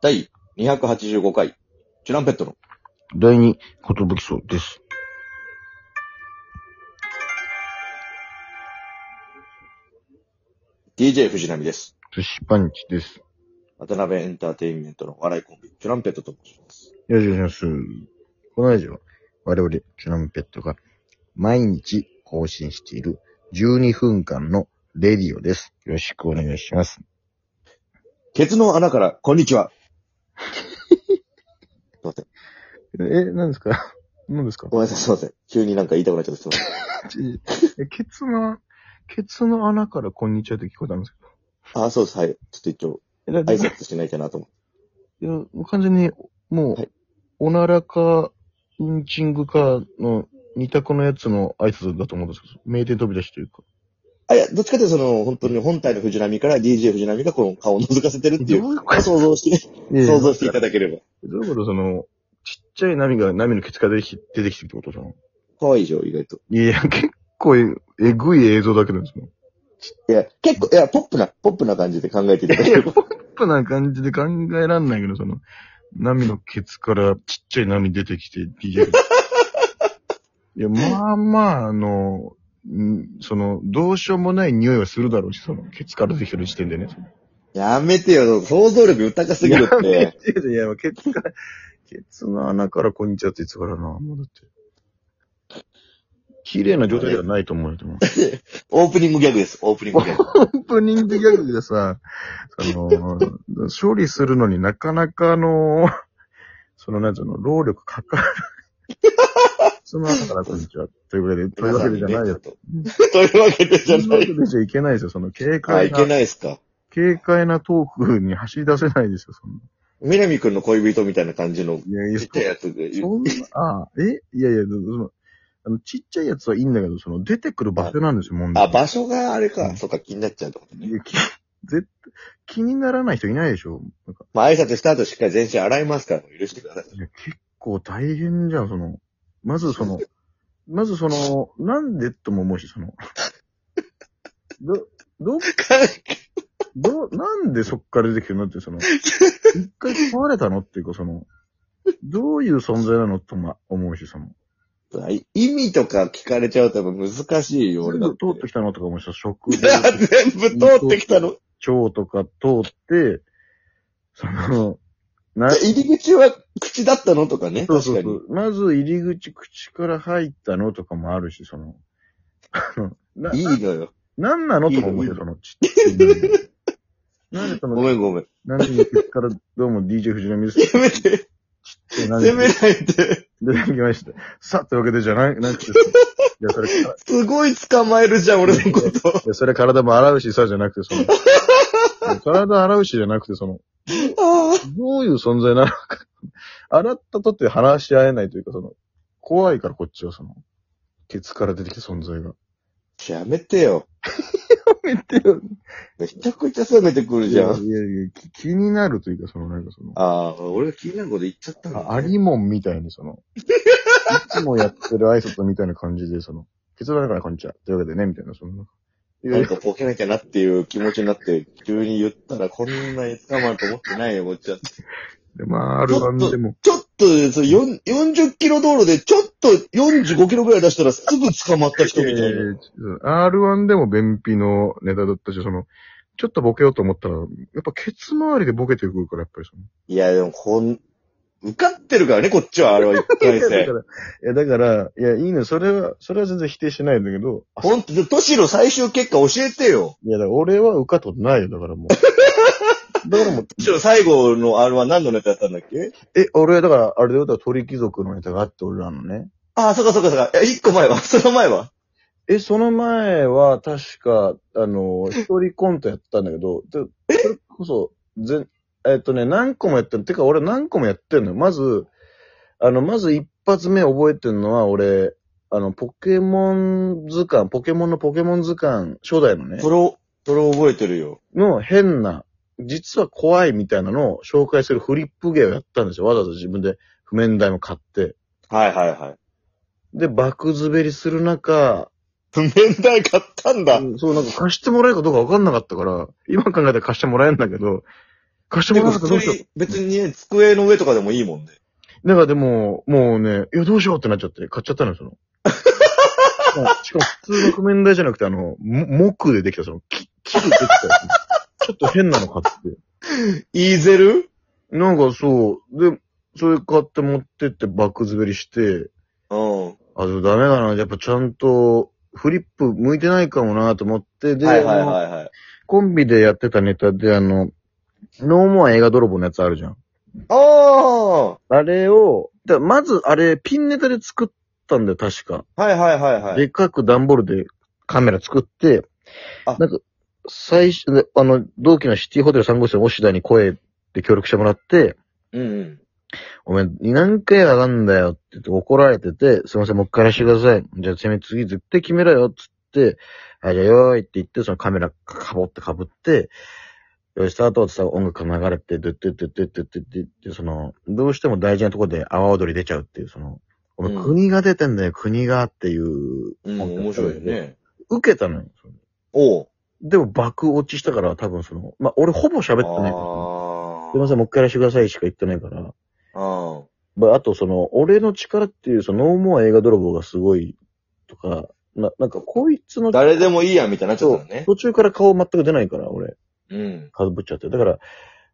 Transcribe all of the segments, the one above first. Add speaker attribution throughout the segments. Speaker 1: 第285回、チュランペットの。
Speaker 2: 第二、ことぶきそうです。
Speaker 1: DJ 藤波です。
Speaker 2: 寿司パンチです。
Speaker 1: 渡辺エンターテインメントのお笑いコンビ、チュランペットと申します。
Speaker 2: よろしくお願いします。このラジオは、我々、チュランペットが毎日更新している12分間のレディオです。よろしくお願いします。
Speaker 1: ケツの穴から、こんにちは。すいません。
Speaker 2: え、何ですか何ですか
Speaker 1: ごめんなさい、すいません。急になんか言いたくなっちゃってすいませ
Speaker 2: ケツの、ケツの穴からこんにちはって聞こえたんです
Speaker 1: ん。あ、そうです。はい。ちょっと一応、
Speaker 2: けど。
Speaker 1: 挨拶しないかなと思って。
Speaker 2: いや、完全に、もう、
Speaker 1: はい
Speaker 2: おならか、うんちんぐかの二択のやつの挨拶だと思うんですけど、名店飛び出しというか。
Speaker 1: あ、いや、どっちかというとその、本当に本体の藤波から DJ 藤波がこの顔を覗かせてるっていう、
Speaker 2: どういうこと
Speaker 1: 想像して、想像していただければ。
Speaker 2: どういうことその、ちっちゃい波が波のケツから出てき出てきてるってことじゃん。
Speaker 1: 可愛いでしょ、意外と。
Speaker 2: いや、結構え、えぐい映像だけどですね。
Speaker 1: いや、結構、いや、ポップな、ポップな感じで考えていただ
Speaker 2: い
Speaker 1: け
Speaker 2: や、
Speaker 1: れば。
Speaker 2: ポップな感じで考えらんないけど、その、波のケツからちっちゃい波出てきて、DJ が。いや、まあまあ、あの、んその、どうしようもない匂いはするだろうし、その、ケツから出てきてる時点でね。
Speaker 1: やめてよ、想像力豊かすぎるって。
Speaker 2: いや、ケツから、ケツの穴からこんにちはって言ってたからな、もうだって。綺麗な状態ではないと思うよ、でも。
Speaker 1: オープニングギャグです、オープニングギャグ。
Speaker 2: オープニングギャグでさ、その、勝利するのになかなかの、その、なんつうの、労力かかる。その後からこんにちは。というわけで、というわけでじゃない
Speaker 1: 皆
Speaker 2: よ。
Speaker 1: さんにねちょっとというわけでじ
Speaker 2: と
Speaker 1: ゃ
Speaker 2: いうわ
Speaker 1: な
Speaker 2: け
Speaker 1: い。
Speaker 2: でじゃいけないですよ、その、軽
Speaker 1: あ、
Speaker 2: 快
Speaker 1: いけ
Speaker 2: な、
Speaker 1: ないですか。
Speaker 2: 軽快なトークに走り出せないですよ、そんな。
Speaker 1: 南くんの恋人みたいな感じの、
Speaker 2: いやいや、
Speaker 1: ちっちゃいやつで
Speaker 2: そんな、あ、えいやいや、その、あの、ちっちゃいやつはいいんだけど、その、出てくる場所なんですよ、問題。
Speaker 1: あ、場所があれ
Speaker 2: う
Speaker 1: か。
Speaker 2: ん
Speaker 1: そっか、気になっちゃうってことね。
Speaker 2: いや気絶対、気にならない人いないでしょ。なんか
Speaker 1: まあ、挨拶した後しっかり全身洗いますから、許してください。
Speaker 2: いや、結構大変じゃん、その、まずその、まずその、なんでとも思うし、その、ど、ど、ど、なんでそっから出てきてるのって、その、一回壊れたのっていうか、その、どういう存在なのとも思うし、その、
Speaker 1: 意味とか聞かれちゃうと難しいよ、俺だ
Speaker 2: 全部
Speaker 1: って。
Speaker 2: 通ってきたのとか思うし、食
Speaker 1: 全部通ってきたの。
Speaker 2: 腸とか通って、その、な
Speaker 1: じゃあ入り口は口だったのとかね。
Speaker 2: そうそう
Speaker 1: 確か
Speaker 2: そ
Speaker 1: に。
Speaker 2: う。まず入り口、口から入ったのとかもあるし、その、あのな、
Speaker 1: いいのよ。
Speaker 2: なんなの
Speaker 1: いい
Speaker 2: と
Speaker 1: よ
Speaker 2: か思うよ、その、ち なんでそ
Speaker 1: ご
Speaker 2: の、
Speaker 1: めんごめん。
Speaker 2: なんでの結からどうも DJ 藤波です
Speaker 1: せめて、
Speaker 2: って、 なん
Speaker 1: せ
Speaker 2: で
Speaker 1: めないで。
Speaker 2: 出てきました。さあ、というわけでじゃない、なんて、いや、それ、い
Speaker 1: すごい捕まえるじゃん、俺のこと。
Speaker 2: や、それ体も洗うしさ、じゃなく て、その、いや体洗うしじゃなくて、その、
Speaker 1: あ
Speaker 2: どういう存在なのか、 洗ったとって話し合えないというか、その、怖いからこっちは、その、ケツから出てきた存在が。
Speaker 1: あ。やめてよ。
Speaker 2: やめてよ。
Speaker 1: めちゃくちゃ攻めてくる
Speaker 2: い
Speaker 1: じ
Speaker 2: やい
Speaker 1: ゃ
Speaker 2: や
Speaker 1: ん。
Speaker 2: いや、き気になるというか、その、なんかその、
Speaker 1: ああ、俺が気になること言っちゃったんだ、
Speaker 2: あありもんみたいに、その、いつもやってる挨拶みたいな感じで、その、結論だからこんにちは。というわけでね、みたいな、その、いや
Speaker 1: ないん
Speaker 2: や、
Speaker 1: かボケなきゃなっていう気持ちになって、急に言ったらこんなに捕まると思ってないよ、こっちは。
Speaker 2: でまあ、R1 でも、
Speaker 1: ちょっと、それよん40キロ道路でちょっと45キロぐらい出したらすぐ捕まった人みたいな。
Speaker 2: えー R1 でも便秘のネタだったし、その、ちょっとボケようと思ったら、やっぱケツ周りでボケてくるから、やっぱりその。
Speaker 1: いや、でもこん、受かってるからね、こっちは、あれは一
Speaker 2: いや、
Speaker 1: 回
Speaker 2: だ
Speaker 1: 戦
Speaker 2: か。ら、いや、だから、いや、いいの、それは、それは全然否定してないんだけど、あ
Speaker 1: ほんと、としろ最終結果教えてよ。
Speaker 2: いや、だから俺は受かったことないよ、だからもう。 だからもう、
Speaker 1: としろ最後の R は何のネタやったんだっけ
Speaker 2: え、俺はだから、あれだよ、だから鳥貴族のネタがあって、俺らのね。
Speaker 1: ああ、そっかそっかそっか。え、一個前はその前は
Speaker 2: え、その前は、確か、あの、一人コントやったんだけど、でそれこそ、全、えっとね、何個もやってる。てか、俺何個もやってんのよ。まず、あの、まず一発目覚えてんのは、俺、あの、ポケモン図鑑、ポケモンのポケモン図鑑、初代のね
Speaker 1: そ、れを、それを覚えてるよ。
Speaker 2: の変な、実は怖いみたいなのを紹介するフリップ芸をやったんですよ。わざわざ自分で譜面台も買って。
Speaker 1: はいはいはい。
Speaker 2: で、爆滑りする中、
Speaker 1: 年代買ったんだ。
Speaker 2: うんそう、なんか貸してもらえるかどうか分かんなかったから、今考えたら貸してもらえんだけど、貸して
Speaker 1: で
Speaker 2: も
Speaker 1: も
Speaker 2: らわなかったら
Speaker 1: 普
Speaker 2: どうし
Speaker 1: 通
Speaker 2: よ
Speaker 1: に、別にね、机の上とかでもいいもんね。
Speaker 2: う。だからでも、もうね、いや、どうしようってなっちゃって、買っちゃったのよ、そ の。しかもしかも普通の譜面台じゃなくて、あの、も木でできた、その、木、木でできたやつ。ちょっと変なの買って。
Speaker 1: イーゼル
Speaker 2: なんかそう、で、それ買って持ってってバック滑りして、
Speaker 1: うん。
Speaker 2: あ、でもダメだな、やっぱちゃんと、フリップ向いてないかもなと思って、で、
Speaker 1: はいはい
Speaker 2: あの
Speaker 1: はいはい。
Speaker 2: コンビでやってたネタで、あの、ノーモア映画泥棒のやつあるじゃん。
Speaker 1: あ
Speaker 2: あれを、だからまずあれ、ピンネタで作ったんだよ、確か。
Speaker 1: あはいはいはいはい。
Speaker 2: でっかく段ボールでカメラ作って、
Speaker 1: あ
Speaker 2: なんか、最初、であの、同期のシティホテル3号室の押田に声で協力してもらって、
Speaker 1: うんうん。
Speaker 2: お前、何回上がんだよって言って怒られてて、すいません、もう一回やらせてください。じゃあ、せめ次絶対決めろよっつって、あ、じゃあ、よーいって言って、そのカメラかぼってかぶって、よし、スタートってさ、音楽が流れて、ドゥッドゥッドゥッドゥッドゥッドゥッドゥッって、その、どうしても大事なところで阿波踊り出ちゃうっていう、その、お前、
Speaker 1: うん
Speaker 2: 国が出てんだよ、国がっていう。
Speaker 1: うん、面白いよ。ね。
Speaker 2: 受けたのよ。
Speaker 1: おう。
Speaker 2: でも、爆落ちしたから、多分その、まあ、俺ほぼ喋ってないから。
Speaker 1: あ
Speaker 2: すいません、もう一回やらせてくださいしか言ってないから。
Speaker 1: あ。あ
Speaker 2: まあ、あとその、俺の力っていう、その、ノーモア映画泥棒がすごい、とか、な、なんか、こいつの、
Speaker 1: あ。誰でもいいや、みたいになっちゃ
Speaker 2: そ
Speaker 1: っ
Speaker 2: う
Speaker 1: たのね。
Speaker 2: 途中から顔全く出ないから、俺、
Speaker 1: うん。
Speaker 2: かぶっちゃって。だから、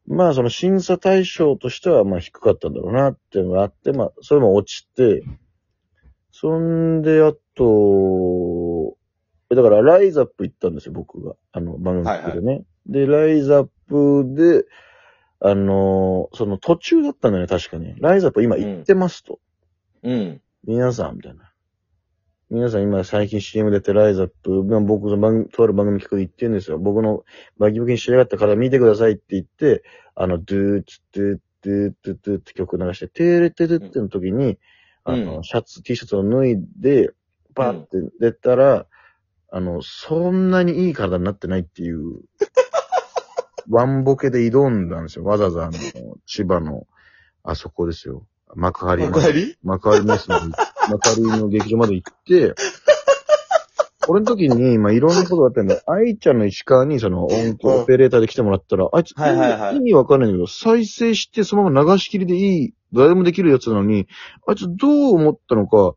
Speaker 2: まあ、その、審査対象としては、まあ、低かったんだろうな、っていうのがあって、まあ、それも落ちて、そんで、あと、えだから、ライズアップ行ったんですよ、僕が。あの、番組でね。で、ライズアップで、あの、その途中だったんだよね、確かに。ライズアップ今行ってますと。
Speaker 1: うん。
Speaker 2: 皆さん、みたいな。皆さん今最近 CM 出てライズアップ、まあ僕の番組、とある番組企画行ってるんですよ。僕のバキバキに仕上がったから見てくださいって言って、あの、ドゥーツドゥードゥードゥードゥーって曲流して、テーレテレっての時に、
Speaker 1: うん
Speaker 2: あ
Speaker 1: う
Speaker 2: の、シャツ、T シャツを脱いで、バーって出たら、あの、そんなにいい体になってないっ ていう、ワンボケで挑んだんですよ。わざわざあの、千葉の、あそこですよ。幕張の
Speaker 1: おかえり
Speaker 2: 幕張メスの、幕張の劇場まで行って、俺の時に、まあ、いろんなことがあったんだ。愛ちゃんの石川に、その、音響オペレーターで来てもらったら、あいつ、
Speaker 1: はいはいはい
Speaker 2: 意味わかんないんだけど、再生してそのまま流し切りでいい、誰でもできるやつなのに、あいつどう思ったのか、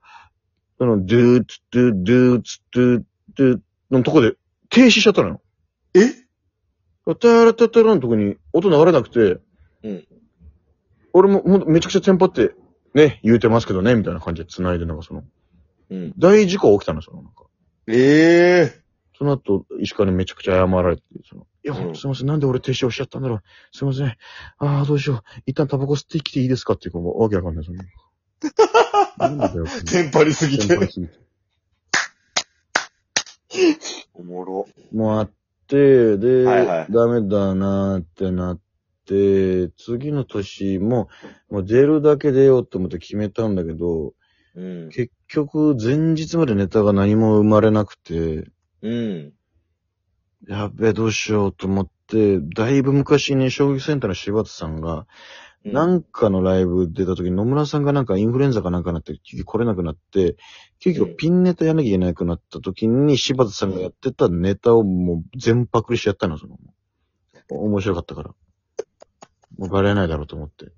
Speaker 2: あの、ドゥーツ、ドゥー、ドゥーツ、ドゥー、ドゥーのとこで停止しちゃったのよ。
Speaker 1: え
Speaker 2: タラタタラのとこに音流れなくて、
Speaker 1: うん
Speaker 2: 俺もほんとめちゃくちゃテンパって、ね、言うてますけどね、みたいな感じで繋いで、なんかその、
Speaker 1: うん。
Speaker 2: 大事故起きたの、その、なんか。
Speaker 1: ええ
Speaker 2: その後、石川にめちゃくちゃ謝られて、その、いや、
Speaker 1: うん
Speaker 2: すいません、なんで俺停止をしちゃったんだろう。すいません。ああ、どうしよう。一旦タバコ吸ってきていいですかっていうか、もうわけわかんない、そ の。なんでだよ、
Speaker 1: テンパりすぎ
Speaker 2: テンパり
Speaker 1: て。
Speaker 2: すぎて
Speaker 1: おもろ。
Speaker 2: もうあって、で、
Speaker 1: はいはい
Speaker 2: ダメだなーってなって、次の年も、もう出るだけ出ようと思って決めたんだけど、
Speaker 1: うん。
Speaker 2: 結局前日までネタが何も生まれなくて、
Speaker 1: うん。
Speaker 2: やっべえどうしようと思って、だいぶ昔に衝撃センターの柴田さんが、なんかのライブ出た時に野村さんがなんかインフルエンザかなんかになって、結局来れなくなって、結
Speaker 1: う
Speaker 2: 局
Speaker 1: ん
Speaker 2: ピンネタやらなきゃいけなくなった時に柴田さんがやってたネタをもう全パクリしちゃったの、その。面白かったから。もうバレないだろうと思って。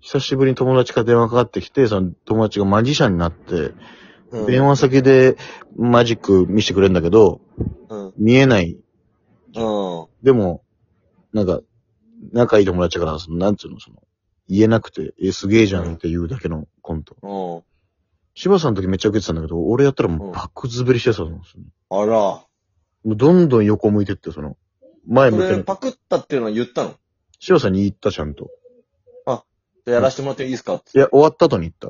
Speaker 2: 久しぶりに友達から電話かかってきて、その友達がマジシャンになって、
Speaker 1: うん
Speaker 2: 電話先でマジック見せてくれるんだけど、
Speaker 1: うん。うん。
Speaker 2: 見えないでも、なんか、仲いい友達だから、その、なんつうの、その、言えなくて、え、すげえじゃんっていうだけのコント。
Speaker 1: うん。
Speaker 2: 柴田さんの時めっちゃ受けてたんだけど、俺やったらも
Speaker 1: うん
Speaker 2: うバック滑りしてたの。その
Speaker 1: あら。
Speaker 2: もうどんどん横向いてって、その、前
Speaker 1: そ
Speaker 2: 向いて
Speaker 1: れ
Speaker 2: る。
Speaker 1: パクったっていうのは言ったの
Speaker 2: 柴田さんに言った、ちゃんと。
Speaker 1: でやらせてもらっていいですかって
Speaker 2: いや、終わった後に言った。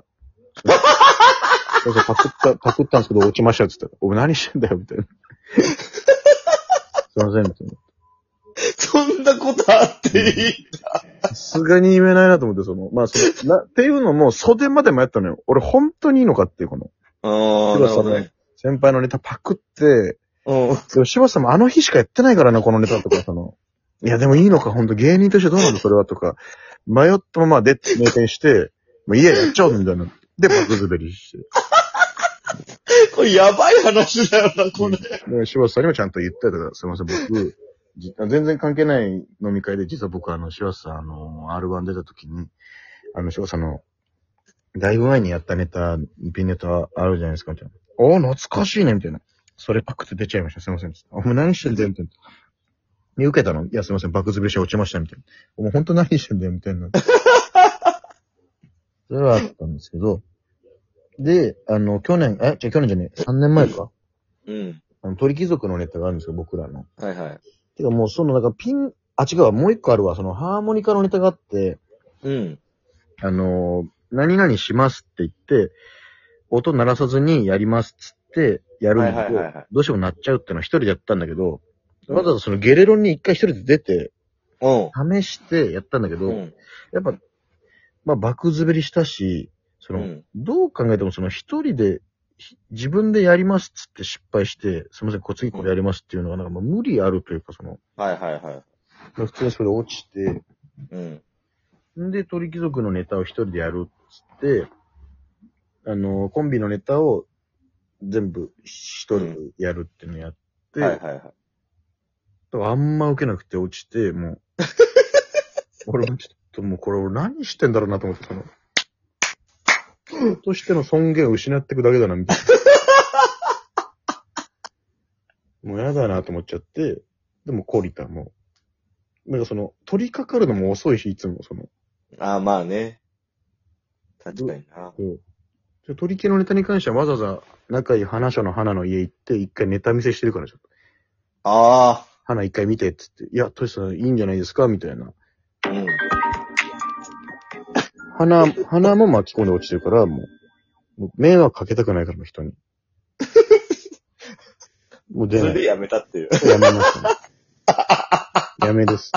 Speaker 2: そうそうパクった、パクったんですけど落ちましたって言ったら、お前何してんだよ、みたいな。 すいません、みたいな。
Speaker 1: そんなことあっていい
Speaker 2: さすがに言えないなと思って、その、まあ、その、な、っていうのも袖まで迷ったのよ。俺本当にいいのかっていう、この。
Speaker 1: ああ、なるほどね。
Speaker 2: 先輩のネタパクって、
Speaker 1: うん。
Speaker 2: でも柴田さんもあの日しかやってないからな、このネタとか、その。 いや、でもいいのか、ほんと芸人としてどうなの、それは、とか。迷ったままで、名店して、もういいや、やっちゃおう、みたいな。で、バクズベリして。
Speaker 1: これやばい話だよな、これ。
Speaker 2: で、柴田さんにもちゃんと言ったりとか、すいません、僕、じ全然関係ない飲み会で、実は僕、あの、シワさん、あの、R1 出た時に、あの、シワさんの、だいぶ前にやったネタ、ピンネタあるじゃないですか、みたいな。おー、懐かしいね、みたいな。それパクって出ちゃいました、すいません。お前何してんだよ、みたいな。に受けたのいや、すいません、爆ズベして落ちました、みたいな。お前本当何してんだよ、みたいな。それはあったんですけど、で、あの、去年、え、じゃあ去年じゃねえ、3年前か。
Speaker 1: うん。
Speaker 2: あの、鳥貴族のネタがあるんですよ、僕らの。
Speaker 1: はいはい。
Speaker 2: てかもう、その、なんかピン、あ、違うわ、もう一個あるわ、その、ハーモニカのネタがあって、
Speaker 1: うん。
Speaker 2: あのー、何々しますって言って、音鳴らさずにやりますっつって、やるんだけ
Speaker 1: はい
Speaker 2: ど、
Speaker 1: はいはいはい
Speaker 2: どうしても鳴っちゃうっていうのは一人でやったんだけど、
Speaker 1: うん
Speaker 2: わざわざそのゲレロンに一回一人で出て、
Speaker 1: う
Speaker 2: 試してやったんだけど、
Speaker 1: ん。
Speaker 2: やっぱ、まあ、爆滑りしたし、その、
Speaker 1: うん。
Speaker 2: どう考えてもその一人で、ひ自分でやりますっつって失敗して、すみません、こう次これやりますっていうのは、なんかもう無理あるというか、その、
Speaker 1: はいはいはい。
Speaker 2: 普通にそれ落ちて、
Speaker 1: うん。
Speaker 2: んで、鳥貴族のネタを一人でやるっつって、あの、コンビのネタを全部一人でやるっていうのやって、
Speaker 1: はいはいは
Speaker 2: あんま受けなくて落ちて、もう、俺もちょっともうこれ俺何してんだろうなと思って、その、としての尊厳を失っていくだけだな、みたいな。もうやだなと思っちゃって、でも懲りた、もう。なんかその、取りかかるのも遅いし、いつもその、
Speaker 1: い。ああ、まあね。確かにな。
Speaker 2: そう。取り系のネタに関してはわざわざ仲いい花所の花の家行って、一回ネタ見せしてるから、ちょっと。
Speaker 1: あ
Speaker 2: 花一回見てって言って、いや、トシさんいいんじゃないですかみたいな。
Speaker 1: あ。うん。
Speaker 2: 鼻、鼻も巻き込んで落ちてるから、もう、もう迷惑かけたくないから、もう人に。もう出
Speaker 1: そ
Speaker 2: な
Speaker 1: れ
Speaker 2: い。
Speaker 1: でやめたっていう。
Speaker 2: やめましたね。やめです。